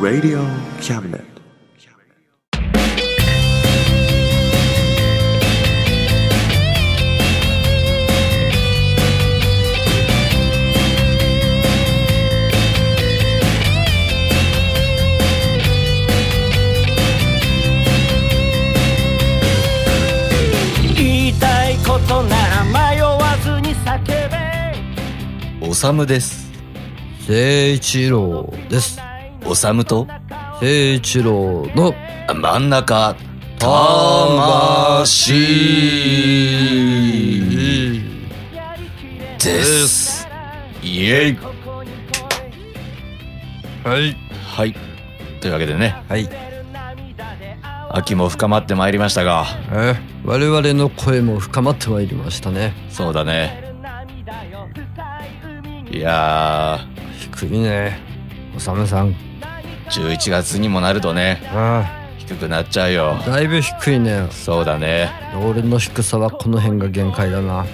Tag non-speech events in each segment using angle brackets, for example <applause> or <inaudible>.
Radio Cabinet. 言いたいことなら迷わずに叫べおさむです。聖一郎です。おさむと、聖一郎の真ん中、魂です。イエイはい。はい。というわけでね、はい。秋も深まってまいりましたが、え我々の声も深まってまいりましたね。そうだね。いや低いね。おさむさん。ー、11月にもなるとね、あ低くなっちゃうよあ。だいぶ低いね。そうだね。俺の低さはこの辺が限界だな。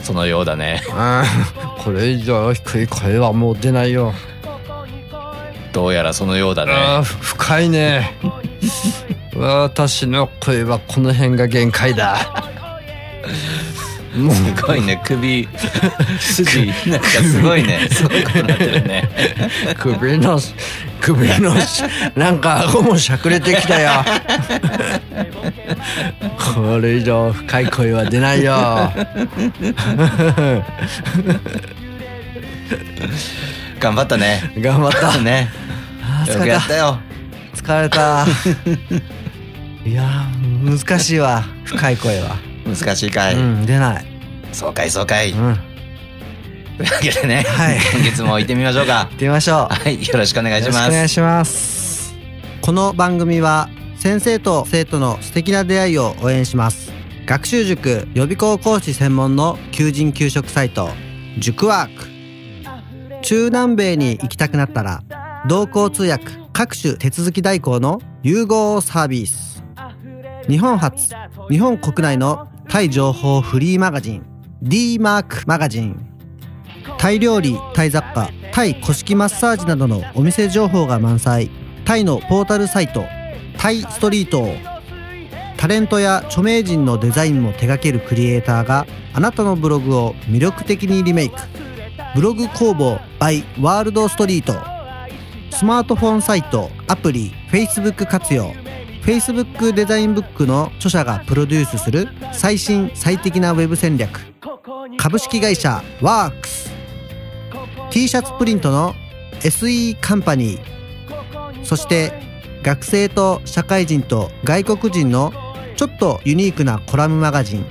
そのようだね。ああこれ以上低い声はもう出ないよ。どうやらそのようだあね。あ深いね。私の声はこの辺が限界だ。もうすごいね、首、筋、なんかすごい <laughs> ね。すごくなってるね。首の首のなんか顎もしゃくれてきたよ <laughs> これ以上深い声は出ないよ頑張ったね。頑張ったね。あーよくやったよ。疲れた <laughs> いやー難しいわ深い声は、難しいかい。うん出ない、そうかいそうかい。う、というん行わけでね、はい今月も行ってみましょうか。ってみましょうはい、よろしくお願いしよろしまくお願いす。しますこの番組は先生と生徒の素敵な出会いを応援します学習塾予備校講師専門の求人・求職サイト塾ワーク中南米に行きたくなったら同行通訳各種手続き代行の融合サービス日本初日本国内のタイ情報フリーマガジン d マークマガジンタイ料理タイ雑貨タイ古式マッサージなどのお店情報が満載タイのポータルサイトタイストリートタレントや著名人のデザインも手掛けるクリエイターがあなたのブログを魅力的にリメイクブログ工房 by ワールドストリートスマートフォンサイトアプリ Facebook 活用 Facebook デザインブックの著者がプロデュースする最新最適なウェブ戦略株式会社ワークス t シャツプリントの SE カンパニーそして学生と社会人と外国人のちょっとユニークなコラムマガジン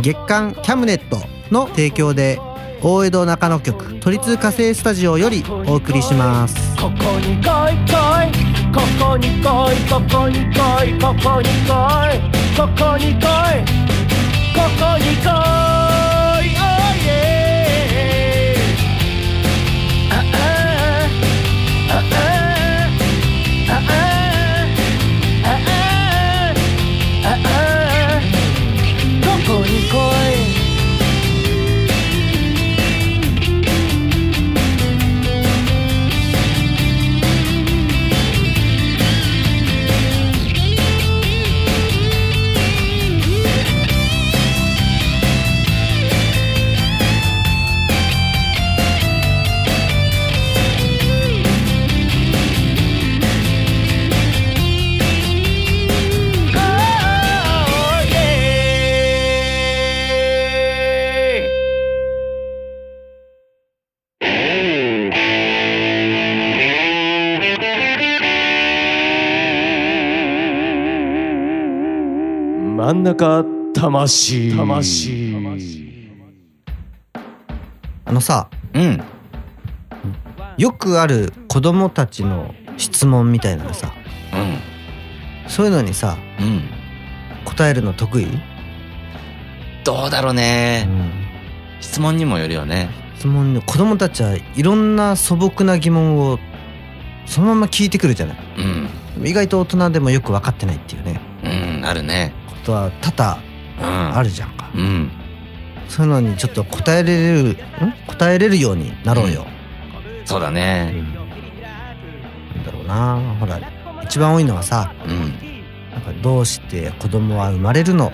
月刊キャムネットの提供で大江戸中野局都立火星スタジオよりお送りします。ここに来い来いここに来いここに来いここに来いここに来いここに来い Oh yeah ああああああああああここに来い真ん中魂魂あのさうん。よくある子供たちの質問みたいなのさうん。そういうのにさうん。答えるの得意、どうだろうね。質問にもよるよね。質問に子供たちはいろんな素朴な疑問をそのまま聞いてくるじゃないうん。意外と大人でもよく分かってないっていうねうん、あるね。ことは多々うん。あるじゃんか、うん。そういうのにちょっと答えれるん答えれるようになろうよ、そうだね。なんだろうなほら一番多いのはさうん。なんかどうして子供は生まれるの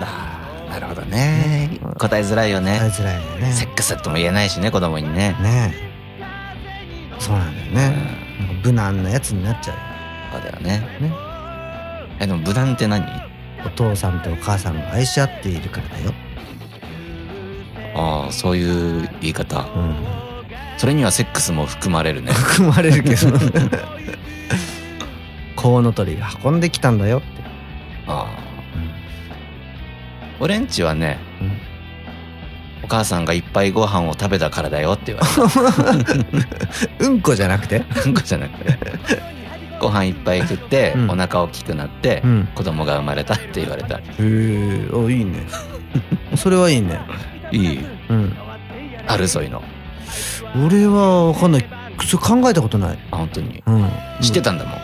あーなるほどね。答えづらいよ答えね。づらいよねセックスとも言えないしね、子供にね。ねえそうなんだようん。ね、なんか無難なやつになっちゃうそうだよね。ねえ、でも無難って何お父さんとお母さんが愛し合っているからだよ。ああ、そういう言い方。うん。それにはセックスも含まれるね。含まれるけど。 <laughs> コウノトリが運んできたんだよって。ああ。俺んちはね、お母さんがいっぱいご飯を食べたからだよって言われた。うんこじゃなくて。 <laughs> うんこじゃなくて。ご飯いっぱい食って、うんお腹大きくなって、ん。子供が生まれたって言われた。へえ、おいいね。 <laughs> それはいいね。いいうん。あるそういうの。俺はわかんない。それ考えたことない。あ、本当に。うん。知ってたたんだもん。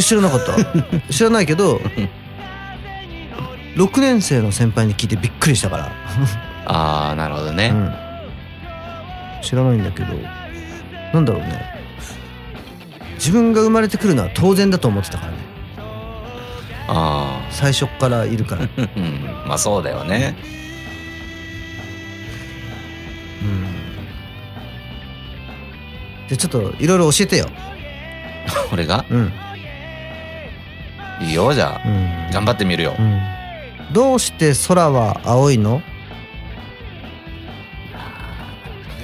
知らなかった。 <laughs> 知らないけど、6年生の先輩に聞いてびっくりしたから。ああ、なるほどうね。ん、知らないんだけどなんだろうね自分が生まれてくるのは当然だと思ってたからねあ最初っからいる <laughs> から、あ。うん。まあそうだよね。 <laughs> でちょっといろいろ教えてよ俺がうん、うんいいよ、じゃあ。頑張ってみるよう。ん、どうして空は青いの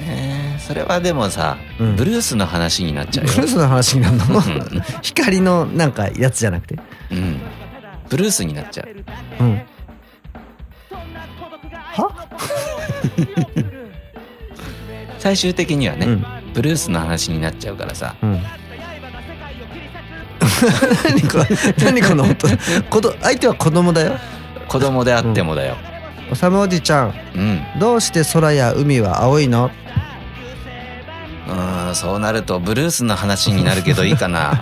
えーそれはでもさ、うんブルースの話になっちゃうよブルースの話になるのう <laughs> 光のなんかやつじゃなくてうんブルースになっちゃううん最終的にはね、うんブルースの話になっちゃうからさうん何こ何この音子ど相手は子供だよ子供であってもだよおさむおじちゃんうんうどうして空や海は青いのーんそうなるとブルースの話になるけどいいかなっ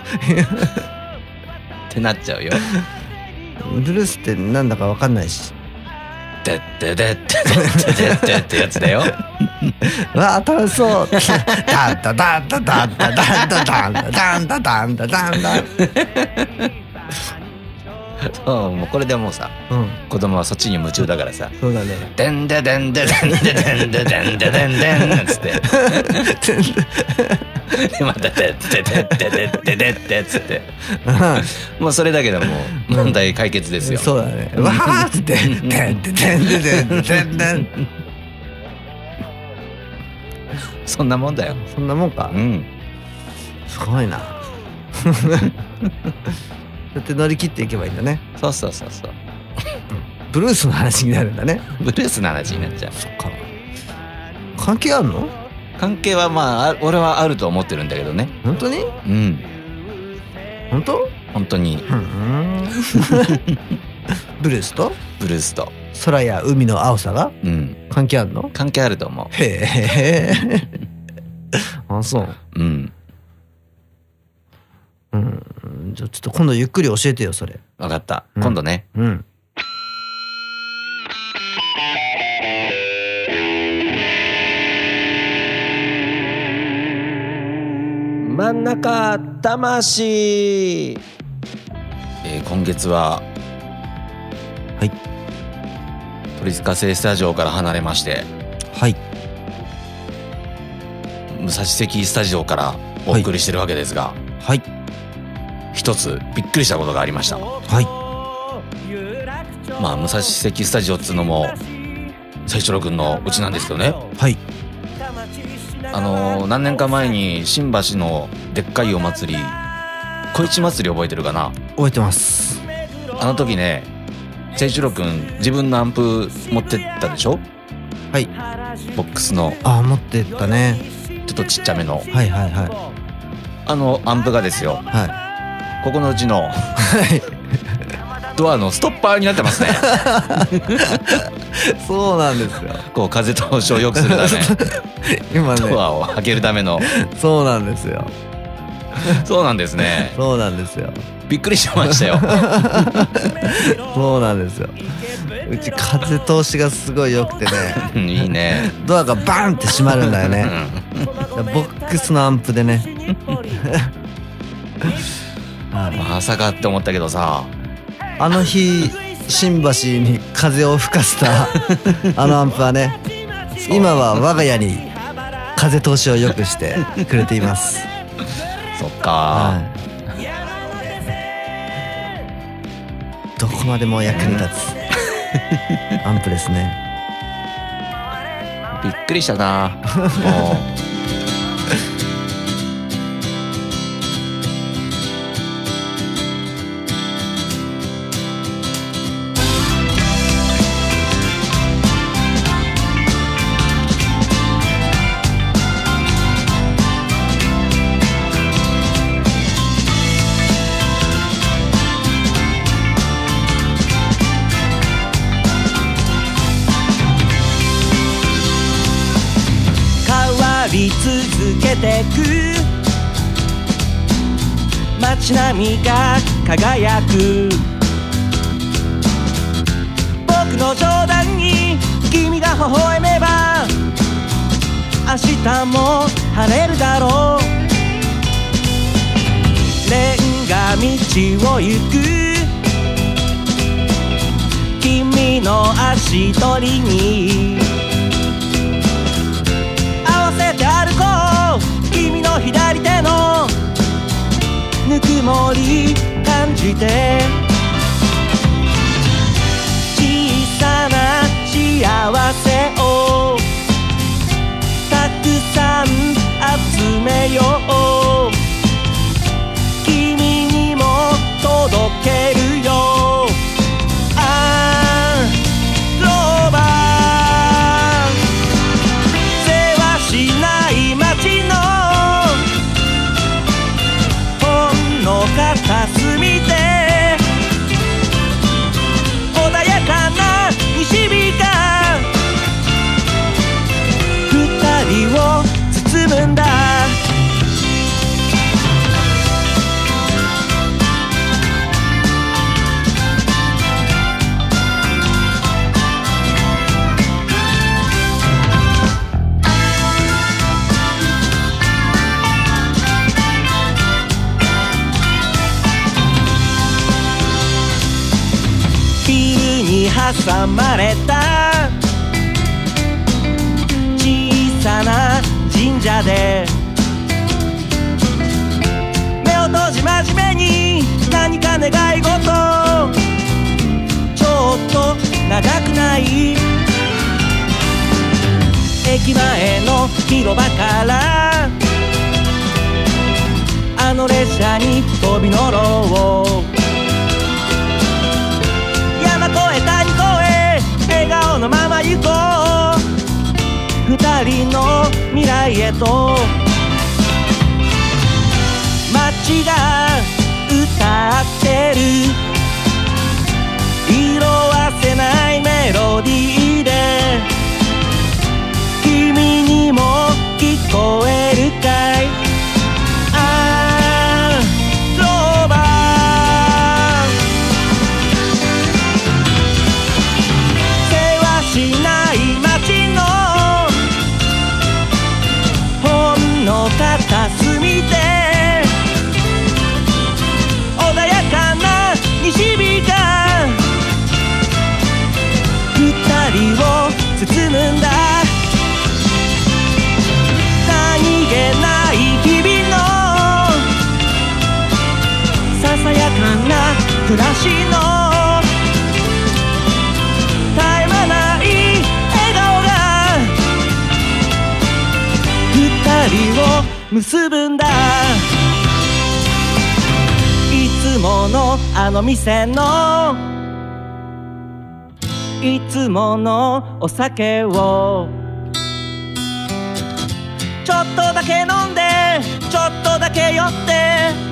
てなっちゃうよブルースってなんだかわかんないし。 「でってでってでってでって」ってやつだよわあ、楽しそう。ダンダダンダダンダダンダダンダダンダダンダダンダン。そうもうこれでもうさうん、子供はそっちに夢中だからさそうだね。 「でんででんででんででんででんででんでん」っつってでまた「でってでってでってでって」っつってもうそれだけでもう問題解決ですよそうだね。わあっつって、てんてんてんてんてんてんてん。そんなもんだよそんなもんかう。んすごいな。だって乗り切っていけばいいんだね。そうそうそうそうブルースの話になるんだね。ブルースの話になっちゃうそっか。関係あんの関係はまああ俺はあると思ってるんだけどね本当にうん本当本当にうんブルースとブルースと空や海の青さがうん関係あるの関係あると思へえあそうううんうんじゃあちょっと今度ゆっくり教えてよそれわかった今度ねうん真ん中魂えー今月ははい鳥塚製スタジオから離れましてはい武蔵関スタジオからお送りしてるわけですが、はい一つびっくりしたことがありましたはいまあ武蔵関スタジオっつうのも清志郎君のうちなんですけどねはいあのー何年か前に新橋のでっかいお祭り小市祭り覚えてるかな覚えてますあの時ね清志郎君自分のアンプ持ってったでしょはいボックスのあ持ってったねちょっとちっちゃめのはいはいはあのアンプがですよいはここのうちのドアのストッパーになってますねい <laughs> そうなんですよこう風通しを良くするため <laughs> 今ドねアを開けるためのそうなんですよそうなんですねそうなんですよびっくりしましたよそうなんですようち風通しがすごい良くてねうんいいね。ドアがバンって閉まるんだようねんボックスのアンプでね <laughs> まさかって思ったけどさ。あの日新橋に風を吹かせ <laughs> たあのアンプはね今は我が家に風通しを良くしてくれています、 <laughs> <laughs> そっか。はいどこまでも役に立つ <laughs> アンプですねびっくりしたな。も変わり続けてく街並みが輝く僕の冗談に君が微笑めば明日も晴れるだろうレンガ道を行く君の足取りに合わせて歩こう君の左手のぬくもり感じて小さな幸せをたくさん集めよう君にも届けるよあーローバーせはしない街のほんの片隅で穏やかな西日が二人を包むんだビルに挟まれた小さな神社で目を閉じ真面目に何か願い事ちょっと長くない駅前の広場からあの列車に飛び乗ろう山越え谷越え笑顔のまま行こう二人の未来へと街が歌ってる色あせないメロディーで君にも聞こえるかいあーローバーせはしない街のほんの片隅で穏やかな西日が二人を包むんだ何気ない日々のささやかな暮らしの絶え間ない笑顔が二人を結ぶんだいつものあの店のいつものお酒をちょっとだけ飲んでちょっとだけ酔って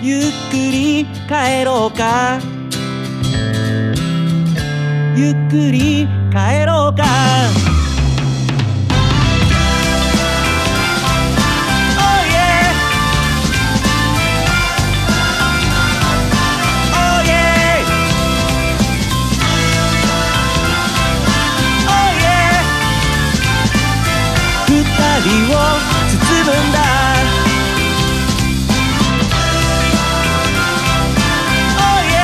ゆっくり帰ろうかゆっくり帰ろうかを包むんだおいえ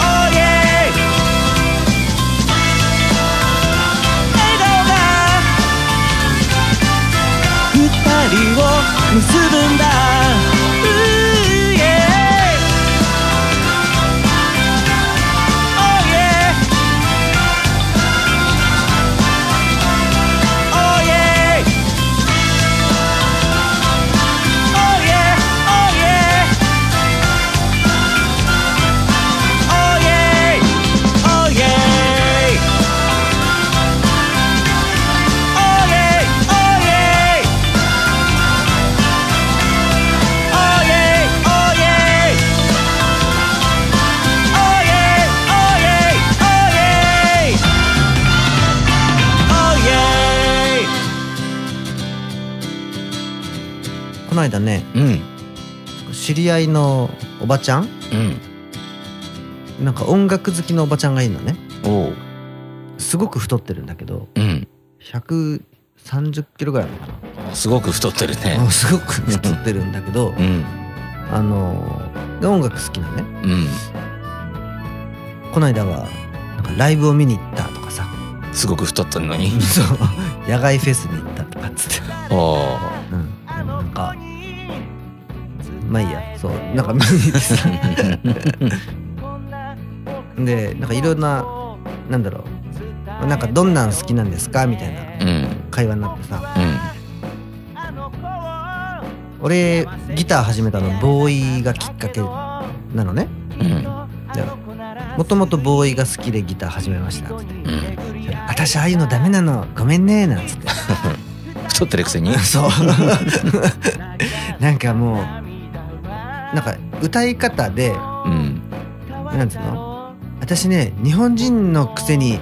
おいえ笑顔が二人を結ぶんだうー yeah Oh yeah Oh yeah Oh yeah Oh yeah Oh yeah Oh yeah Oh yeah Oh yeah Oh yeah, oh yeah. Oh yeah, oh yeah, oh yeah. Oh yeah. この間ねうん知り合いのおばちゃんうんなんか音楽好きのおばちゃんがいるのねおうすごく太ってるんだけどうん130キロぐらいあるのかすごく太ってるなねもうすごく太ってるんだけどうんあのーで音楽好きなのねうこの間はなんかライブを見に行ったとかさんすごく太ってるのにそう野外フェスに行ったとかっつ <laughs> っておううんなんかまあいいやそうなんか見 <laughs> に行ってさでなんかいろんななんだろうなんかどんなん好きなんですかみたいなうん会話になってさうん俺ギター始めたのボーイがきっかけなのねうんもともとボーイが好きでギター始めましたっつってうん「私ああいうのダメなのごめんね」なんつって太ってるくせに <laughs> そう <laughs> なんかもうなんか歌い方でうんなんつうの私ね日本人のくせに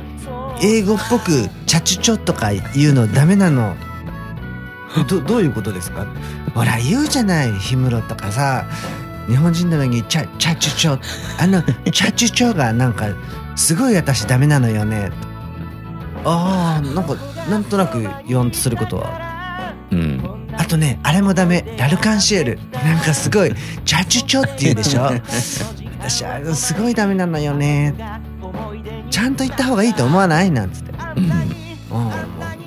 英語っぽく「チャチュチョ」とか言うのダメなのどどういうことですかほら言うじゃない氷室とかさ日本人なのに「チャチャチュチョ」あの「チャチュチョ」がなんかすごい私ダメなのよねあーなんかなんとなく言わんとすることはうんあとねあれもダメラルカンシエルなんかすごいチャチュチョって言うでしょ私あれすごいダメなのよねちゃんと言った方がいいと思わないなんつってあうんあま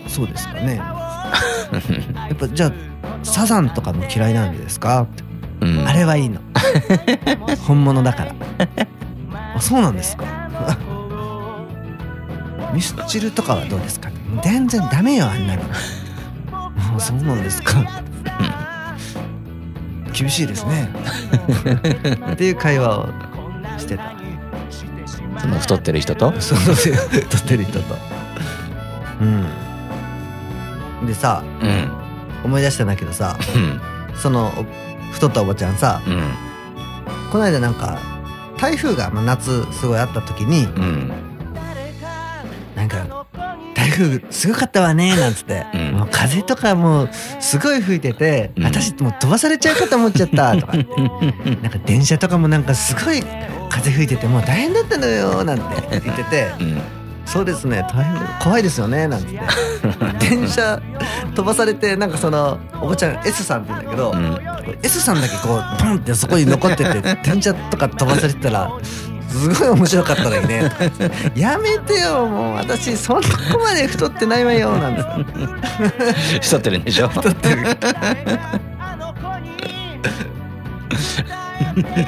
あそうですかねやっぱじゃあサザンとかも嫌いなんですかってうんあれはいいの本物だからあそうなんですか <laughs> ミスチルとかはどうですか全然ダメよあんなのあそうなんですか厳しいですねっていう会話をしてたその太ってる人とその撮ってる人と <laughs> うんでさうん思い出したんだけどさうんその太ったおばちゃんさうんこの間なんか台風が、まあ、夏すごいあった時にうんなんか台風すごかったわねなんつって、うんもう風とかもうすごい吹いてて、うん私もう飛ばされちゃうかと思っちゃったとかって <laughs> なんか電車とかもなんかすごい風吹いててもう大変だったのよなんて言っててうんそうですね大変怖いですよねなんつって電車飛ばされてなんかそのおばちゃん S さんって言うんだけど、うんこれ S さんだけこうポンってそこに残って <laughs> て電車とか飛ばされてたらすごい面白かったのにねやめてよもう私そんなこまで太ってないわよなんです太よってるんでしょ太ってる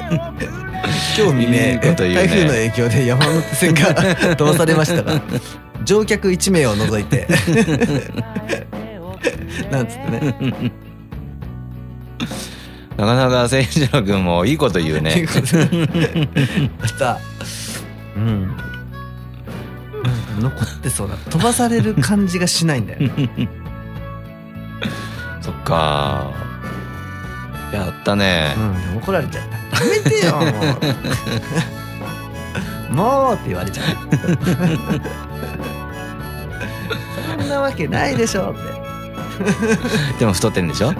いいこと言うね今日未明台風の影響で山手線が <laughs> 飛ばされましたが乗客1名を除いてなんつってねなかなか千一郎君もいいこと言うというねことでしたうん残ってそうだ飛ばされる感じがしないんだよねそっかやったねうん、怒られちゃった。やめてよ、もう。 <laughs> もうって言われちゃう。そんなわけないでしょって。でも太ってるんでしょ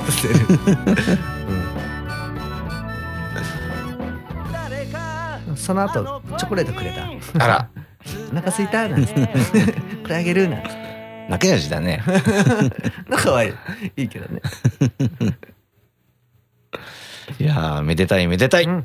その後、チョコレートくれた。あらお腹すいたなんつって。これあげるなんつって。仲良しだね。仲はいいいいけどね。いやー、めでたいめでたい。うん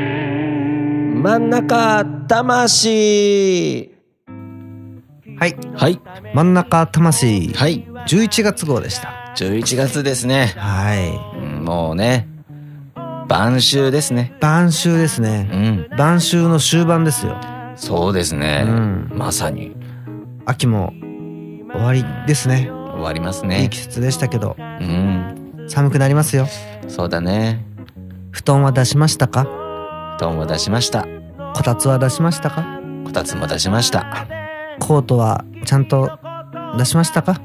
真ん中魂はい。はい。真ん中魂。はい。 11月号でした。 11月ですね。はい。うんもうね、晩秋ですね。晩秋ですうね。ん。晩秋の終盤ですよ。そうですね。うんまさに秋も終わりですね。終わりますいいね。季節でしたけど、うん。寒くなりますよ。そうだね。布団は出しましたか布団も出しました。こたつは出しましたかこたつも出しました。コートはちゃんと出しましたか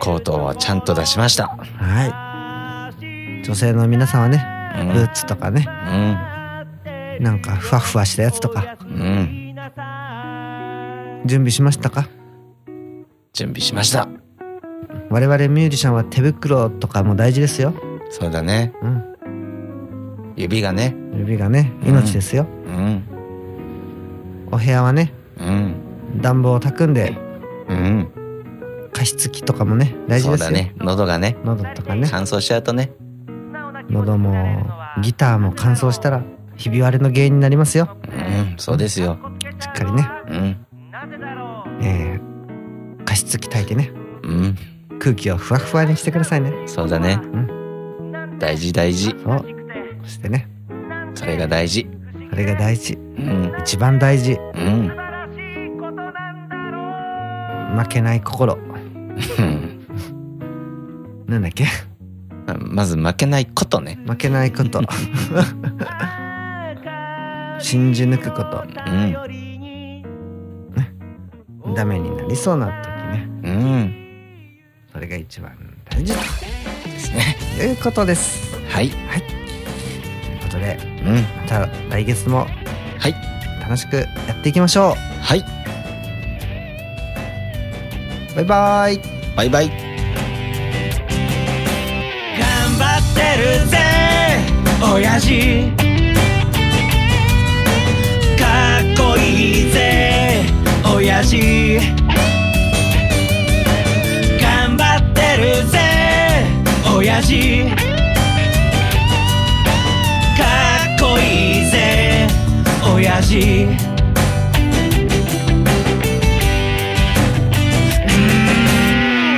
コートはちゃんと出しました。はい。女性の皆さんはね、うブん。ーツとかね、なんかふわふわしたやつとか、うん。うん。準備しましたか準備しました。我々ミュージシャンは手袋とかも大事ですよ。そうだね。うん。指がね。指がね、うん命ですよ。うん。お部屋はね、うん。暖房を炊くんで、うん。加湿器とかもね、大事そうですだよ。ね。喉がね、喉とかね、乾燥しちゃうとね。喉もギターも乾燥したら、ひび割れの原因になりますよ。うん。そうですよ。しっかりね、うん。えー、加湿器炊いてね、うん。空気をふわふわにしてくださいね。そうだね。大事大事。そう。そしてね、それが大事。それが大事。うん。一番大事。うん。負けない心。うんなんだっけまず負けないことね。負けないこと。 <laughs> 信じ抜くこと。うん。ダメになりそうな時うね。ん。それが一番大事。ですね。ということです。はい。ということで、うん。また来月もはい。楽しくやっていきましょはい。う。バイバイ。バイバイ。頑張ってるぜ親父かっこいいぜ親父頑張ってるぜ親父かっこいいぜ親父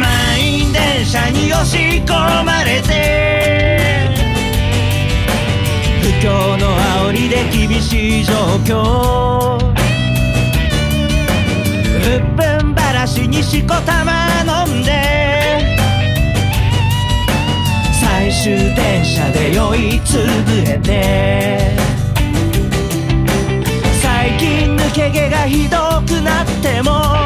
満員電車に押し込まれて不況の煽りで厳しい状況うっぷんばらしにしこたま飲んで最終電車で酔いつぶれて最近抜け毛がひどくなっても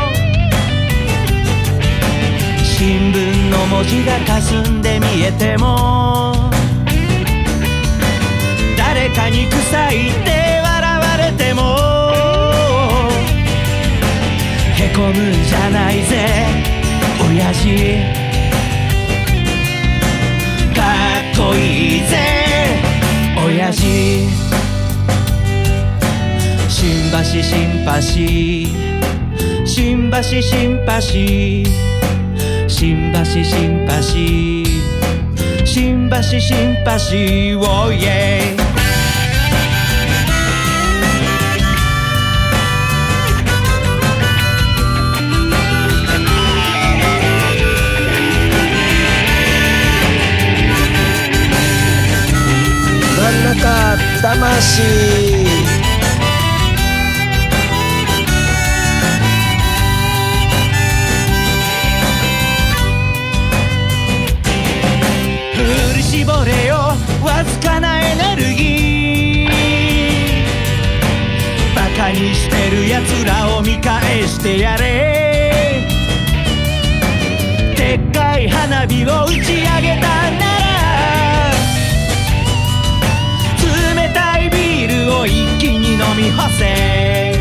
新聞の文字が霞んで見えても誰かに臭いって笑われてもへこむんじゃないぜ親父かっこいいぜ親父新橋新橋新橋新橋新橋新橋新橋新橋をイエイ真ん中魂振り絞れよわずかなエネルギーバカにしてるやつらを見返してやれでっかい花火を打ち上げたなら冷たいビールを一気に飲み干せ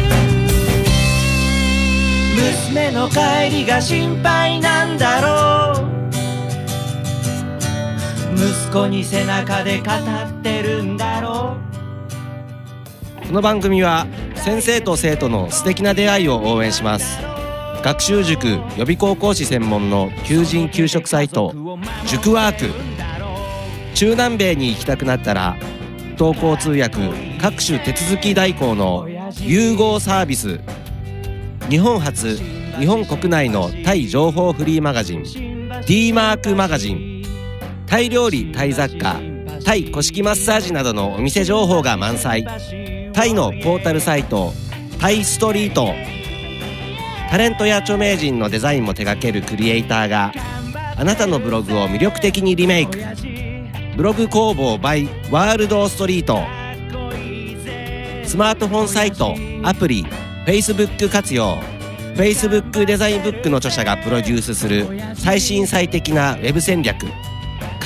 娘の帰りが心配なんだろう息子に背中で語ってるんだろこの番組は先生と生徒の素敵な出会いを応援します学習塾予備高校師専門の求人・求職サイト塾ワーク中南米に行きたくなったら同行通訳各種手続き代行の融合サービス日本初日本国内のタイ情報フリーマガジン d マークマガジンタイ料理タイ雑貨タイ古式マッサージなどのお店情報が満載タイのポータルサイトタイストリートタレントや著名人のデザインも手掛けるクリエイターがあなたのブログを魅力的にリメイクブログ工房 by ワールドストリートスマートフォンサイトアプリ Facebook 活用 Facebook デザインブックの著者がプロデュースする最新最適なウェブ戦略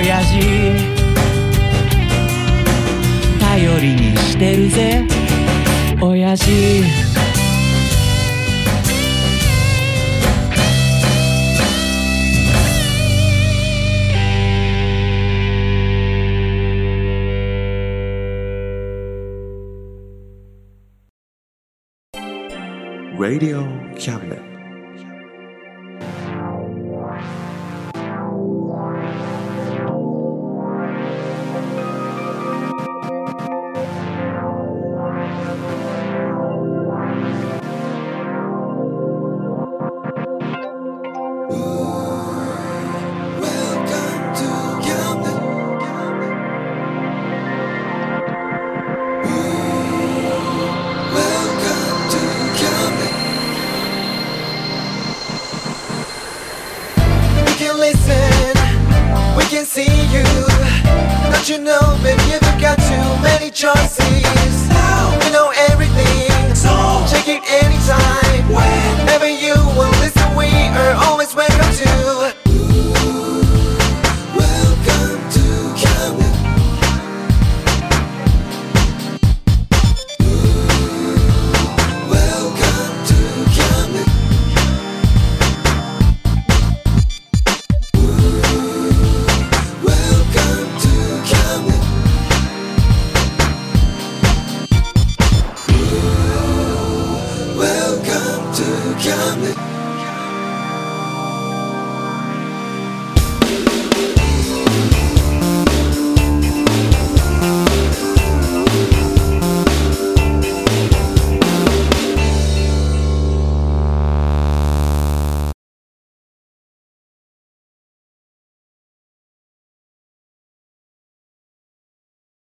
親父頼りにしてるぜ親父